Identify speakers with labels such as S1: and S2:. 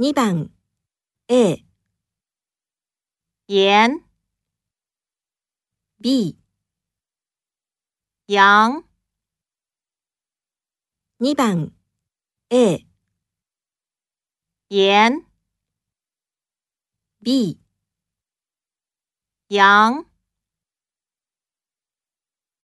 S1: 2番 A、
S2: 盐、
S1: B、
S2: 羊、
S1: 2番 A、
S2: 盐、
S1: B、
S2: 羊。